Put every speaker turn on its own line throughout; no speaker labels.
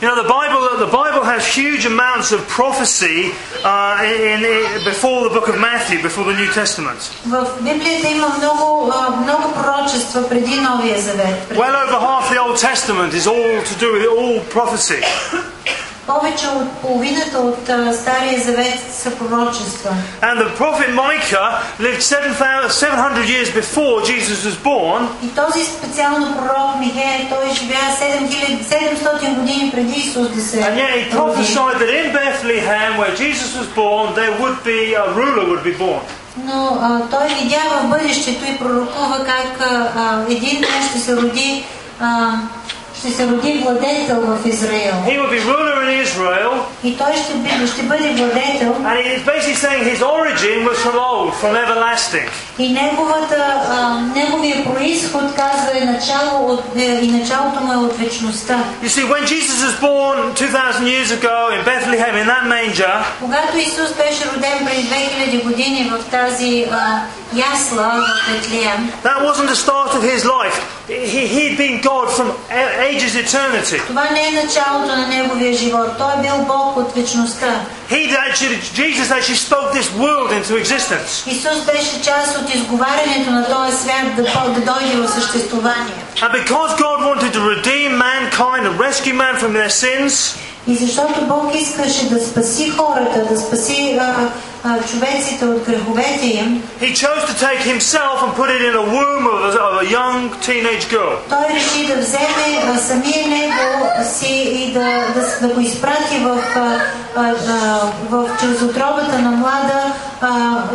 You know, the Bible, the Bible has huge amounts of prophecy uh, in, in, before the book of Matthew, before the New Testament.
В Библията има много, а, много пророчества преди Новия Завет. Пред-
Well over half the Old Testament is all to do with all prophecy.
Повече от половината от а, Стария Завет са пророчества.
And the prophet Micah lived 7,000 700 years before Jesus was born,
И този специално пророк Михея, той живя 7000 700 години преди Исус да се
and yet he
роди.
prophesied that in Bethlehem, where Jesus was born, there would be a ruler would be born.
Но а, той видя в бъдещето и пророкува как а, а, един ден ще се роди а, ще се роди владетел в Израил.
He would be ruler in Israel,
И той ще, би, ще бъде владетел
and he's basically saying his origin was from old, from everlasting.
и неговата, а, неговия происход, казва, е начало от, е, и началото му е от вечността.
You see, when Jesus was born 2,000 years ago in Bethlehem, in that manger,
Когато Исус беше роден преди 2000 години в тази а, ясла в Бетлеем,
that wasn't the start of his life. He, he'd been God from a- ages eternity.
това не е началото на неговия живот. Той е бил Бог от вечността.
He actually, Jesus actually spoke this world into existence.
Исус беше част от изговарянето на този свят да, по- да дойде в съществувание.
And because God wanted to redeem mankind and rescue man from their sins,
И защото Бог искаше да спаси хората, да спаси а, а, човеците от греховете им,
he chose to take himself and put it in a womb of a, of a young teenage girl.
той реши да вземе а, самия него си и да, да, с- да го изпрати в, а, а, а, в чрез отробата на млада а,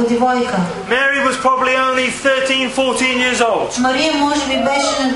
девойка.
Mary was probably only 13, 14 years old.
Мария може би беше на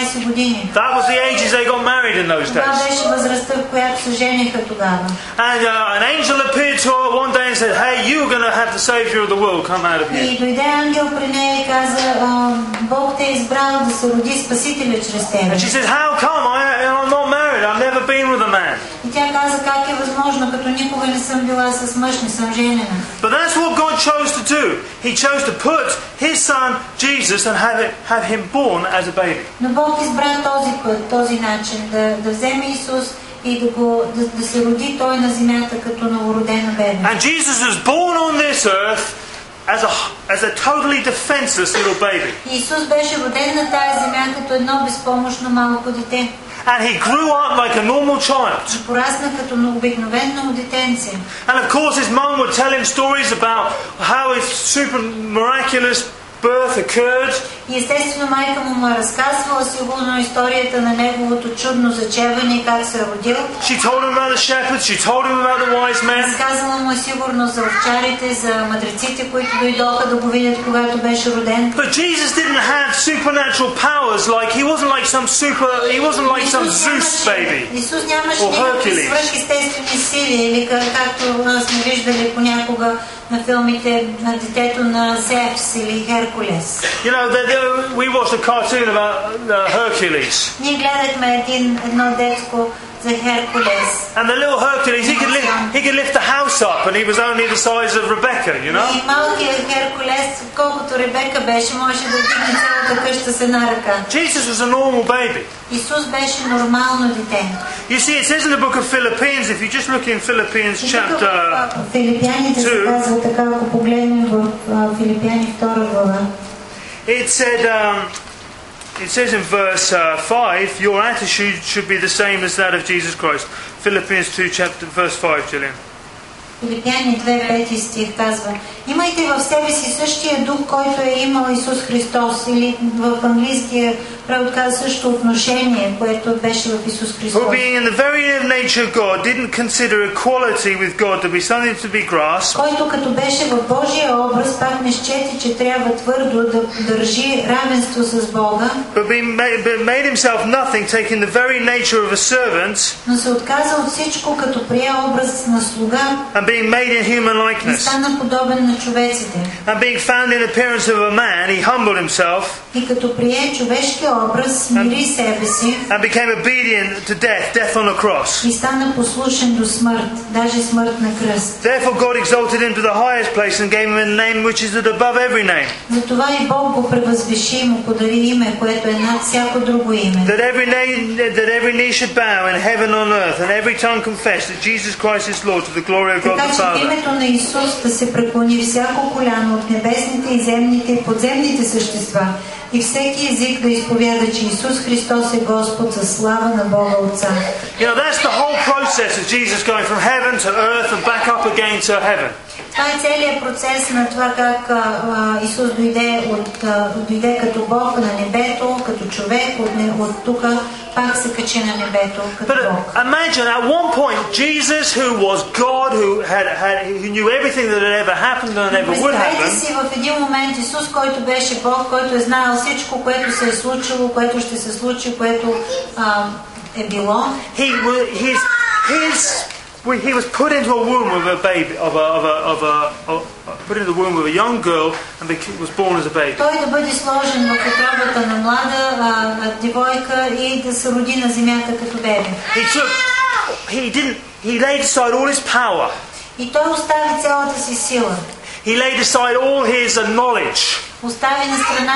13-14 години.
That was the ages they got married in those
Това
days.
беше възрастта, в която се жениха тогава.
And uh, an angel appeared to her one day and said, Hey, you're going to have the Saviour of the world come out of you.
И дойде ангел при нея и каза, а, Бог те е избрал да се роди Спасителя чрез тебе.
And she said, How come? I, I'm not married. I've never been with a man.
И тя каза, как е възможно, като никога не съм била с мъж, не съм женена.
But that's what God chose to do. He chose to put his son Jesus and have, it, have him born as a baby.
Но Бог избра този път, този начин, да, да вземе Исус и да, го, да, да се роди Той на земята като новородено бебе.
And Jesus was born on this earth as a, as a totally defenseless little baby.
И Исус беше роден на тая земя като едно безпомощно малко дете.
And he grew up like a normal child.
Порасна като обикновено детенце.
And of course, his mum would tell him stories about how his super miraculous birth occurred.
И естествено майка му му е разказвала сигурно историята на неговото чудно зачеване и как се е родил.
She told him about the shepherds, she told him about the wise men.
Разказала му е сигурно за овчарите, за мъдреците, които дойдоха да го видят, когато беше роден.
But Jesus didn't have supernatural powers like he wasn't like some super he wasn't like some
Исус
Zeus
нямаше,
baby.
Исус нямаше
Or
никакви
Hercules.
свръхестествени сили, или ка- както а, сме виждали понякога на филмите на детето на Зевс или Херкулес.
You know, they, they, we watched a cartoon about uh, Hercules,
Ние гледахме един, едно детско за Херкулес.
and the little Hercules, he could lift, he could lift the house up, and he was only the size of Rebecca, you know.
И малкият Херкулес, колкото Ребека беше, можеше да вдигне цялата къща с една ръка.
Jesus was a normal baby.
Исус беше нормално дете.
You see, it says in the book of Philippines, if you just look in Philippines
И тук в
chapter,
а, Филипяните се
two.
казва така, ако погледнем в а, Филипяни 2 глава.
it said. Um, it says in verse uh, 5, your attitude should be the same as that of Jesus Christ. Philippians 2, chapter, verse 5, Gillian.
Филипяни 2, 5 стих казва Имайте в себе си същия дух, който е имал Исус Христос или в английския превод казва също отношение, което беше в Исус Христос.
Who being in the very nature of God didn't consider equality with God to be something to be grasped,
който като беше в Божия образ, пак не счете, че трябва твърдо да държи равенство с Бога,
but, being made, but made himself nothing, taking the very nature of a servant
но се отказа от всичко, като прие образ на слуга
and being made in human
и
likeness.
стана подобен на човеците.
And being found in appearance of a man, he humbled himself
И като прие човешкия образ, смири себе си
and became obedient to death, death on a cross.
и стана послушен до смърт, даже смърт на кръст.
Therefore, God exalted him to the highest place and gave him a name which is above every name,
Затова и Бог го превъзвеши и му подари име, което е над всяко друго име.
that every name, that every knee should bow in heaven on earth, and every tongue confess that Jesus Christ is Lord to the glory of God
Така
the
че в
Father.
името на Исус да се преклони всяко коляно от небесните и земните и подземните същества и всеки език да изповяда, че Исус Христос е Господ за слава на Бога Отца.
You know, that's the whole process of Jesus going from heaven to earth and back up again to heaven.
Това е целият процес на това как а, а, Исус дойде, от, а, дойде като Бог на небето, като човек, от, не- от тук пак се качи на небето като
But
Бог.
uh, imagine at one point, Jesus, who was God, who had, had who knew everything that had ever happened and ever would
Представете
happen,
си в един момент Исус, който беше Бог, който е знаел всичко, което се е случило, което ще се случи, което а, е било.
he was his his. well, He was put into a womb of a baby, of a, of a, of a, of put into the womb of a young girl, and bec- was born as a baby.
Той да бъде сложен в отробата на млада а, а, девойка и да се роди на земята като бебе.
He took, he didn't, he laid aside all his power.
И той остави цялата си сила.
He laid aside all his uh, knowledge,
Остави на страна,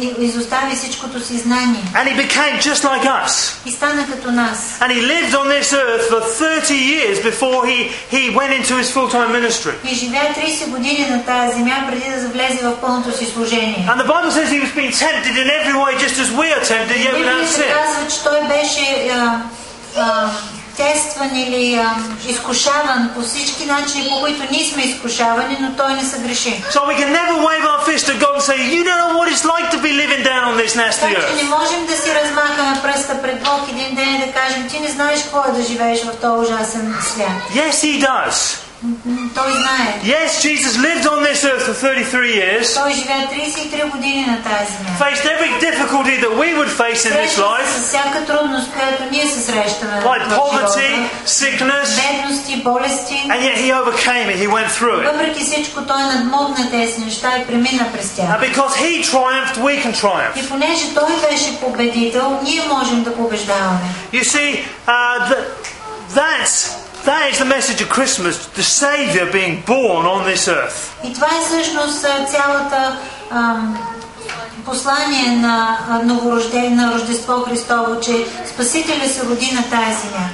и- изостави всичкото си знание.
and he became just like us.
И стана като нас.
And he lived on this earth for 30 years before he, he went into his full time ministry.
И живя 30 години на тази земя, преди да влезе в пълното си служение.
And the Bible says he was being tempted in every way, just as we are tempted, yet without
Библията
sin.
казва, че той беше а, а, тестван или а, изкушаван по всички начини, по които ние сме изкушавани, но той не съгреши.
So we can never wave our fist at God and say, You don't know what it's like to be living down on this nasty
Така че
earth.
не можем да си размахаме пръста пред Бог един ден и да кажем, ти не знаеш какво е да живееш в този ужасен свят.
Yes, he does.
М, Той знае.
Yes, Jesus lived on this earth for 33 years,
Той живя 33 години на тази земя.
faced every difficulty that we would face in this
Среща се
life,
с всяка трудност, която ние се срещаме
like
в живота.
poverty, sickness,
Бедности, болести.
and yet he overcame it, he went through it.
Въпреки всичко, той надмогна тези неща и премина през тях.
And because he triumphed, we can triumph.
И понеже той беше победител, ние можем да побеждаваме.
You see, uh, th- that's, that is the message of Christmas the Saviour being born on this earth.
И това е всъщност а, цялата ам, послание на а, новорождение, на Рождество Христово, че Спасителя се роди на тая земя.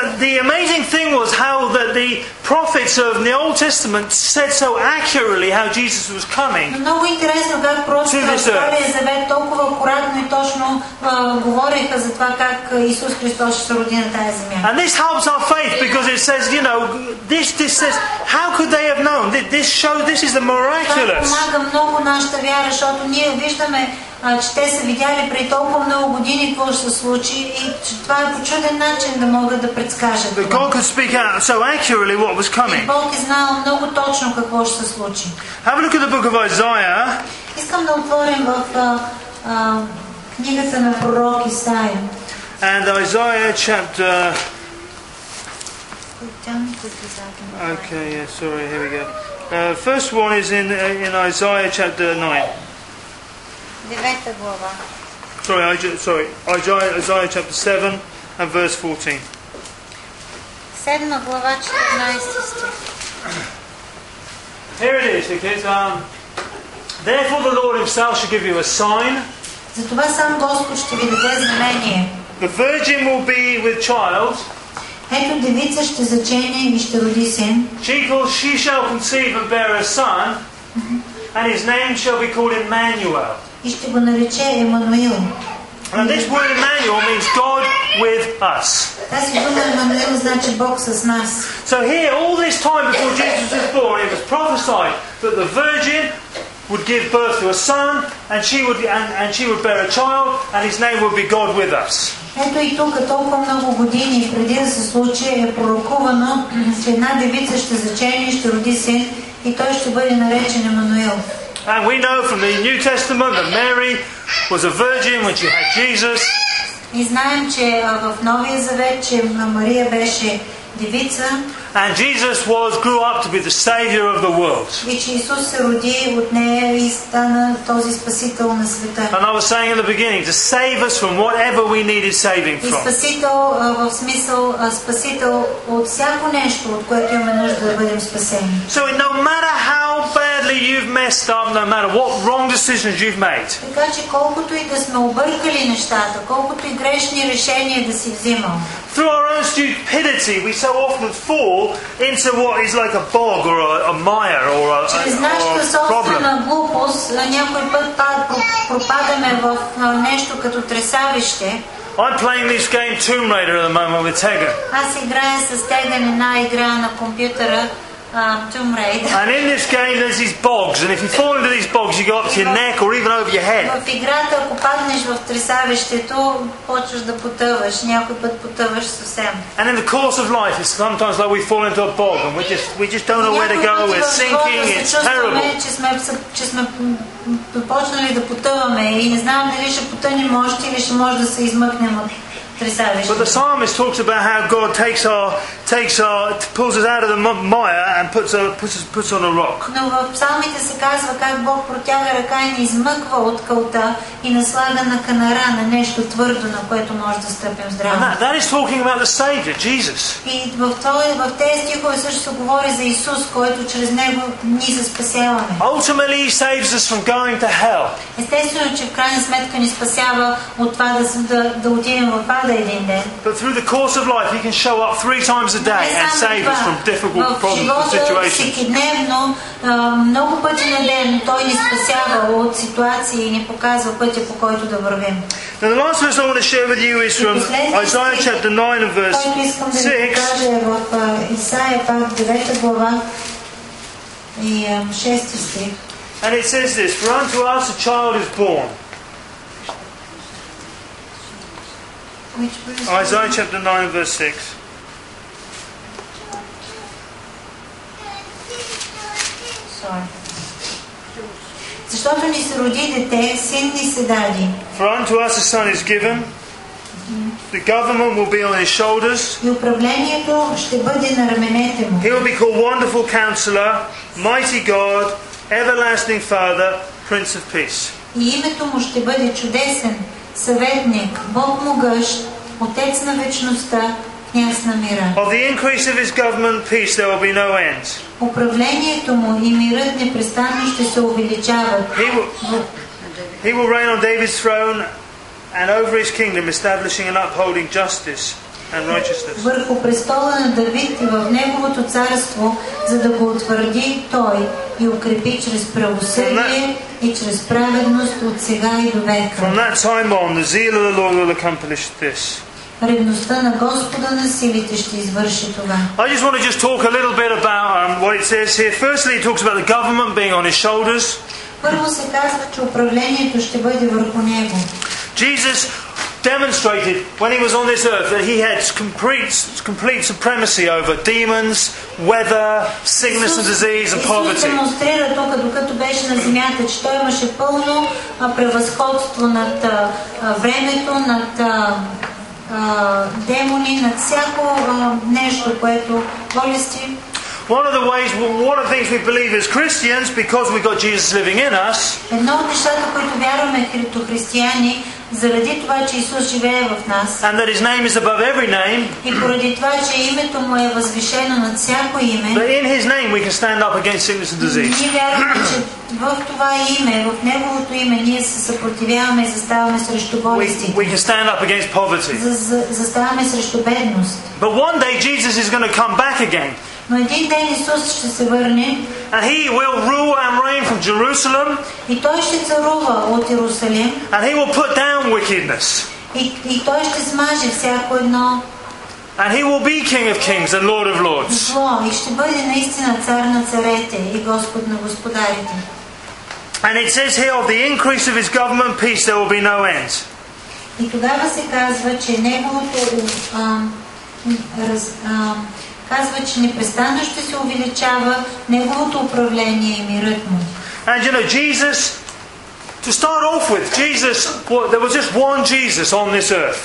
But the amazing thing was how that the prophets of the Old Testament said so accurately how Jesus was
Но
coming.
много интересно как просто
Чудеса.
в Стария Завет толкова акуратно и точно а, говореха за това как а, Исус Христос ще се роди на тая земя.
And this helps our faith because it says, you know, this, this says, how could they have known? Th- This show, this is the
Това
miraculous.
помага много нашата вяра, защото ние виждаме, а, че те са видяли при толкова много години какво ще се случи и че това е по чуден начин да могат да предскажат.
That
това.
God could speak out so accurately what was
И
coming.
Бог е знал много точно какво ще се случи.
Have a look at the book of Isaiah.
Искам да отворим в а, а, книгата на пророк Исаия.
And Isaiah chapter. Okay, yeah, sorry, here we go. Uh, first one is in, uh, in Isaiah chapter 9.
Девета глава.
Sorry, I ju- sorry Isaiah, Isaiah chapter 7 and verse 14.
Седма глава, 14 стих.
Here it is, it is. Um, Therefore, the Lord Himself shall give you a sign.
Затова сам Господ ще ви даде знамение.
The virgin will be with child.
Ето девица ще зачене и ще роди син.
She, call, she shall conceive and bear a son, and his name shall be called Emmanuel.
и ще го нарече Емануил.
Now, this word Emmanuel means God with us.
Тази дума Емануил значи Бог с нас.
So here, all this time before Jesus was born, it was prophesied that the Virgin would give birth to a son, and she would and, and she would bear a child, and his name would be God with us.
Ето и тук толкова много години преди да се случи е пророкувано, че една девица ще зачене и ще роди син и той ще бъде наречен Емануил.
And we know from the New Testament that Mary was a virgin when she had Jesus,
И знаем, че а, в Новия Завет, че Мария беше девица
And Jesus was grew up to be the savior of the world.
и че Исус се роди от нея и стана този спасител на света.
And I was saying at the beginning to save us from whatever we needed saving
И
from.
спасител а, в смисъл а, спасител от всяко нещо, от което имаме нужда да бъдем спасени.
So no matter how badly you've messed up, no matter what wrong decisions you've made,
Така че колкото и да сме объркали нещата, колкото и грешни решения да си взимал,
through our own stupidity, we so often fall into what is like a bog or a, a mire or a,
чрез
a- or
нашата
a problem.
собствена глупост а, някой път па- про- пропадаме в а, нещо като тресавище.
I'm playing this game Tomb Raider at the moment with Tegan.
Аз играя с теган една игра на компютъра а, Tomb Raider.
And in this game, there's these bogs, and if you fall into these bogs, you go up to your neck or even over your head.
В играта, ако паднеш в тресавището, почваш да потъваш. Някой път потъваш съвсем.
And in the course of life, it's sometimes like we fall into a bog, and we just we just don't know where to
Някой
go. We're
път в живота
sinking. It's
се
terrible.
чувстваме, че сме, че сме м, почнали да потъваме и не знаем дали ще потънем още или ще може да се измъкнем от
But the
тресавището.
psalmist talks about how God takes our takes our pulls us out of the mu- mire and puts a, puts us puts on a rock.
Но в псалмите се казва как Бог протяга ръка и ни измъква от кълта и наслага на канара, на нещо твърдо, на което може да стъпим
And
здраво.
that, that is talking about the Savior, Jesus.
И в, този, в тези стихове също се говори за Исус, който чрез Него ние се спасяваме.
Ultimately, He saves us from going to hell.
Естествено, че в крайна сметка ни спасява от това да, с- да, да отидем в ада един ден.
But through the course of life, He can show up three times a day
Не
and
само
save us
това.
from difficult
в
problems and
живота
situations.
всекидневно, а, много пъти на ден Той ни спасява от ситуации и ни показва пътя, по който да вървим.
Now, the last verse I want to share with you is from Isaiah chapter 9 and verse
Който искам да ви
6.
покажа е в а, Исаия, пак 9 глава и 6 стих.
And it says this For unto us a child is born.
Which verse?
Isaiah chapter 9 and verse 6.
Sorry. Защото ни се роди дете, син ни се даде.
For unto us a son is given. The government will be on his shoulders.
И управлението ще бъде на раменете му.
He will be called Wonderful Counselor, Mighty God, Everlasting Father, Prince of Peace.
И името му ще бъде чудесен, съветник, Бог могъщ, Отец на вечността, княз на мира.
Of the increase of his government, peace there will be no end.
Управлението му и мирът непрестанно ще се увеличават.
He will, he will reign on David's throne and over his kingdom, establishing and upholding justice and righteousness.
Върху престола на Давид и в неговото царство, за да го утвърди той и укрепи чрез правосъдие и чрез праведност от сега и до века.
From that time on, the zeal of the Lord will accomplish this.
Ревността на Господа на силите ще извърши това.
I just want to just talk a little bit about um, what it says here. Firstly, it talks about the government being on his shoulders.
Първо се казва, че управлението ще бъде върху него.
Jesus demonstrated when he was on this earth that he had complete, complete supremacy over demons, weather, sickness and disease and
Исус
poverty.
демонстрира тук, докато беше на земята, че той имаше пълно а, превъзходство над а, а, времето, над а, а, демони, над всяко а, нещо, което болести.
One of the ways, one of the things we believe as Christians, because we've got Jesus living in us,
Едно от нещата, които вярваме като християни, заради това, че Исус живее в нас
and that His name is above every name,
и поради това, че името му е възвишено над всяко име,
that in His name we can stand up against sickness and disease.
Ние вярваме, че в това име, в Неговото име, ние се съпротивяваме и заставаме срещу
We,
болести.
we can stand up against poverty.
За- за- Заставаме срещу бедност.
But one day Jesus is going to come back again,
Но един ден Исус ще се върне
and He will rule and reign from Jerusalem,
и Той ще царува от Иерусалим
and He will put down wickedness,
и, и Той ще смаже всяко едно
and He will be King of Kings and Lord of Lords.
зло и ще бъде наистина цар на царете и Господ на господарите.
And it says here, of the increase of His government, peace there will be no end.
И тогава се казва, че неговото а, раз, а, казва, че непрестанно ще се увеличава неговото управление и мирът му.
And you know, Jesus, to start off with, Jesus, well, there was just one Jesus on this earth.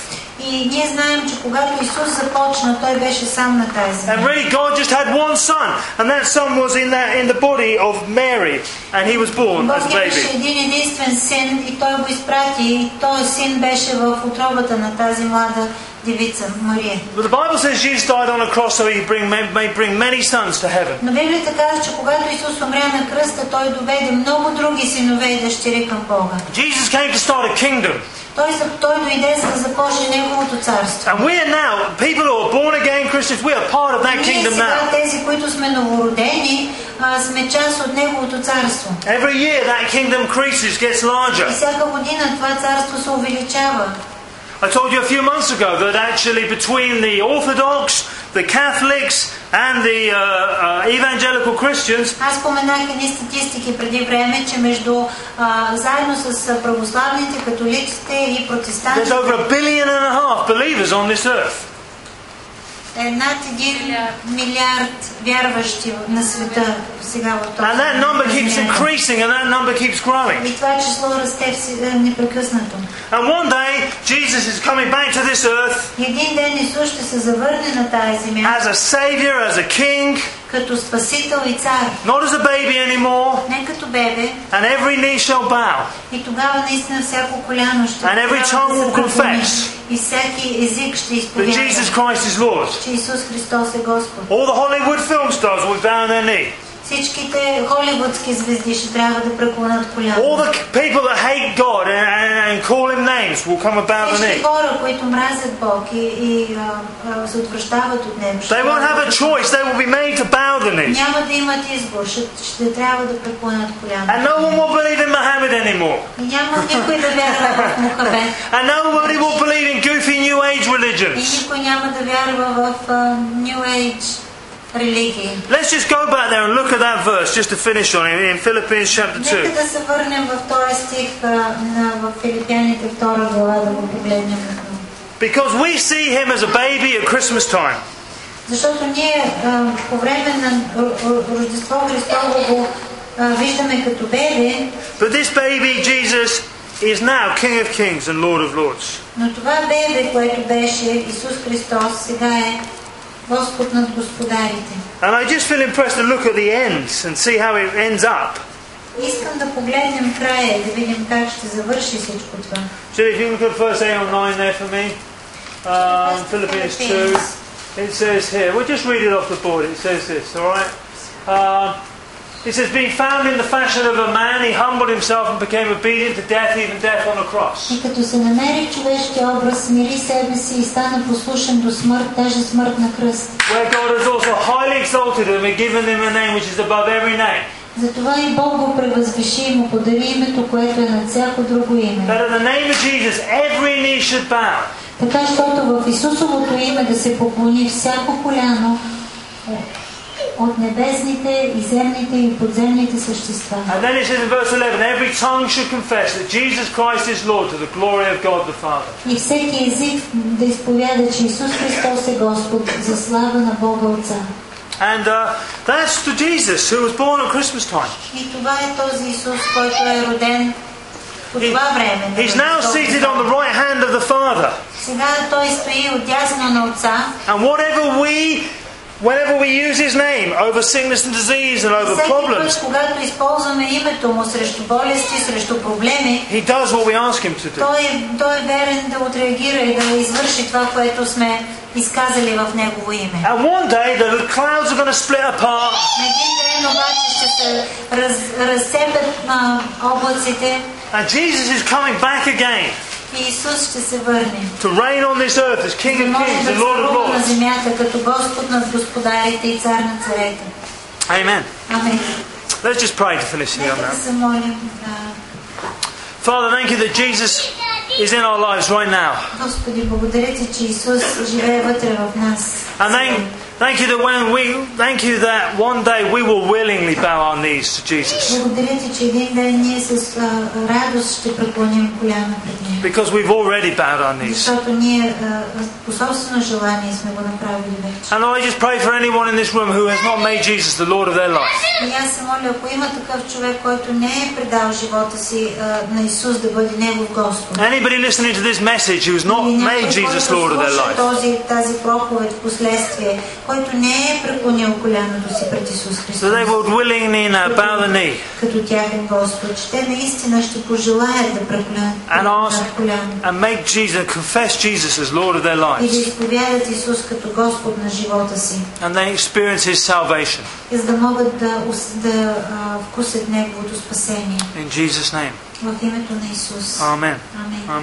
И И ние знаем, че когато Исус започна, той беше сам на тази земя.
And really, God just had one son, and that son was in the, in the body of Mary, and he was born as
Бог
a
имаше
baby.
един единствен син и той го изпрати и този син беше в отробата на тази млада девица Мария.
But the Bible says Jesus died on a cross so he bring, may, may bring many sons to heaven.
Но Библията казва, че когато Исус умря на кръста, той доведе много други синове и дъщери към Бога.
Jesus came to start a kingdom.
Той, за- той дойде за да започне Неговото царство.
And we are now, people who are born again Christians, we are part of that
Ние
kingdom
сега,
now.
тези, които сме новородени, а, сме част от Неговото царство.
Every year that kingdom increases, gets larger.
И всяка година това царство се увеличава.
I told you a few months ago that actually between the Orthodox, the Catholics, and the uh, uh, evangelical Christians,
Аз споменах едни статистики преди време, че между а, заедно с православните, католиците и
there's
протестантите
over a billion and a half believers on this earth.
е над 1 милиард вярващи на света сега в този
And that number keeps
момент.
increasing and that number keeps growing.
И това число расте вс- е, непрекъснато.
And one day, Jesus is coming back to this earth
И Един ден Исус ще се завърне на тази земя
as a savior, as a king,
като Спасител и Цар.
not as a baby anymore,
Не като бебе.
and every knee shall bow.
И тогава наистина всяко коляно ще
And every
трябва да
tongue
се
will
поклони.
confess.
И всеки език ще
That Jesus
изповяда,
Christ is Lord.
че Исус Христос е Господ.
All the Hollywood film stars will bow on their knee.
Всичките холивудски звезди ще трябва да преклонят
All
коляно.
the people that hate God and, and, and call him names will come about the
Всички
knee.
хора, които мразят Бог и, и а, а, се отвръщават от Него, ще
They won't
трябва
have a
да-
choice. They will be made to bow the knee.
няма да имат избор, ще, ще трябва да преклонят
And no
коляно.
one will believe in Muhammad anymore.
И няма никой да вярва в Мухабе.
And nobody will believe in goofy New Age
И
religions.
никой няма да вярва в а, New Age религии.
Let's just go back there and look at that verse just to finish on it in Philippians chapter 2.
Нека да се върнем в този стих а, на, в Филипяните 2 глава, да го погледнем отново.
Because we see him as a baby at Christmas time.
Защото ние а, по време на Р- Р- Рождество Христово го а, виждаме като бебе,
But this baby, Jesus, is now King of Kings and Lord of Lords.
но това бебе, което беше Исус Христос, сега е Господ над господарите.
And I just feel impressed to look at the ends and see how it ends up.
Искам да погледнем края и да видим как ще завърши всичко това.
So if you look at verse 8 or 9 there for me, um, Philippians 2, it says here, we'll just read it off the board, it says this, alright? Um, it says, being found in the fashion of a man, he humbled himself and became obedient to death, even death on a cross.
И като се намери в човешкия образ, смири себе си и стана послушен до смърт, даже смърт на кръст.
Where God has also highly exalted him and given him a name which is above every name,
Затова и Бог го превъзвиши и му подари името, което е над всяко друго име.
that at the name of Jesus every knee should bow.
Така, щото в Исусовото име да се поклони всяко коляно от небесните и земните и подземните същества.
And then it says in verse 11, every tongue should confess that Jesus Christ is Lord to the glory of God the Father.
И всеки език да изповяда, че Исус Христос е Господ за слава на Бога Отца.
And uh, that's the Jesus who was born at Christmas time.
И това е този Исус, който е роден по това време. на
He's now
Рождеството.
seated on the right hand of the Father.
Сега той стои отясно на Отца.
And whatever we, whenever we use His name over sickness and disease and over
Всеки
problems,
път, когато използваме името му срещу болести, срещу проблеми,
He does what we ask Him to do.
Той, е- той е верен да отреагира и да извърши това, което сме изказали в Негово име.
And one day the clouds are going to split apart,
На един ден обаче ще се раз, разцепят на облаците
and Jesus is coming back again
и Исус ще се върне.
to reign on this earth as King
Да
of
може
Kings
да
and Lord of
царува на
Lords.
земята като Господ над господарите и цар на царете.
Amen.
Amen.
Let's just pray to finish here on
Нека да
that.
се молим. а,
Father, thank you that Jesus is in our lives right now.
Господи, благодаря ти, че Исус живее вътре в нас.
And thank, thank you that when we thank you that one day we will willingly bow our knees to Jesus
Благодаря ти, че един ден ние с а, радост ще преклоним коляна пред Него.
because we've already bowed our knees.
Защото ние а, по собствено желание сме го направили вече.
And I just pray for anyone in this room who has not made Jesus the Lord of their life.
И аз се моля, ако има такъв човек, който не е предал живота си а, на Исус да бъде Негов Господ.
Anybody listening to this message who's not
Или
made
някой,
Jesus Lord
който
of their
слуша
life,
този, тази проповед в последствие, който не е преклонил коляното си пред Исус
so
Христос.
they would willingly now bow the knee
като тяхен Господ, че те наистина ще пожелаят да
And ask-
преклянат коляно
and make Jesus, confess Jesus as Lord of their
и да
lives,
изповядат Исус като Господ на живота си,
and they experience His salvation
и за да могат да, ус- да а, вкусят Неговото спасение.
in Jesus' name.
В името на Исус.
Amen.
Амин.
Amen.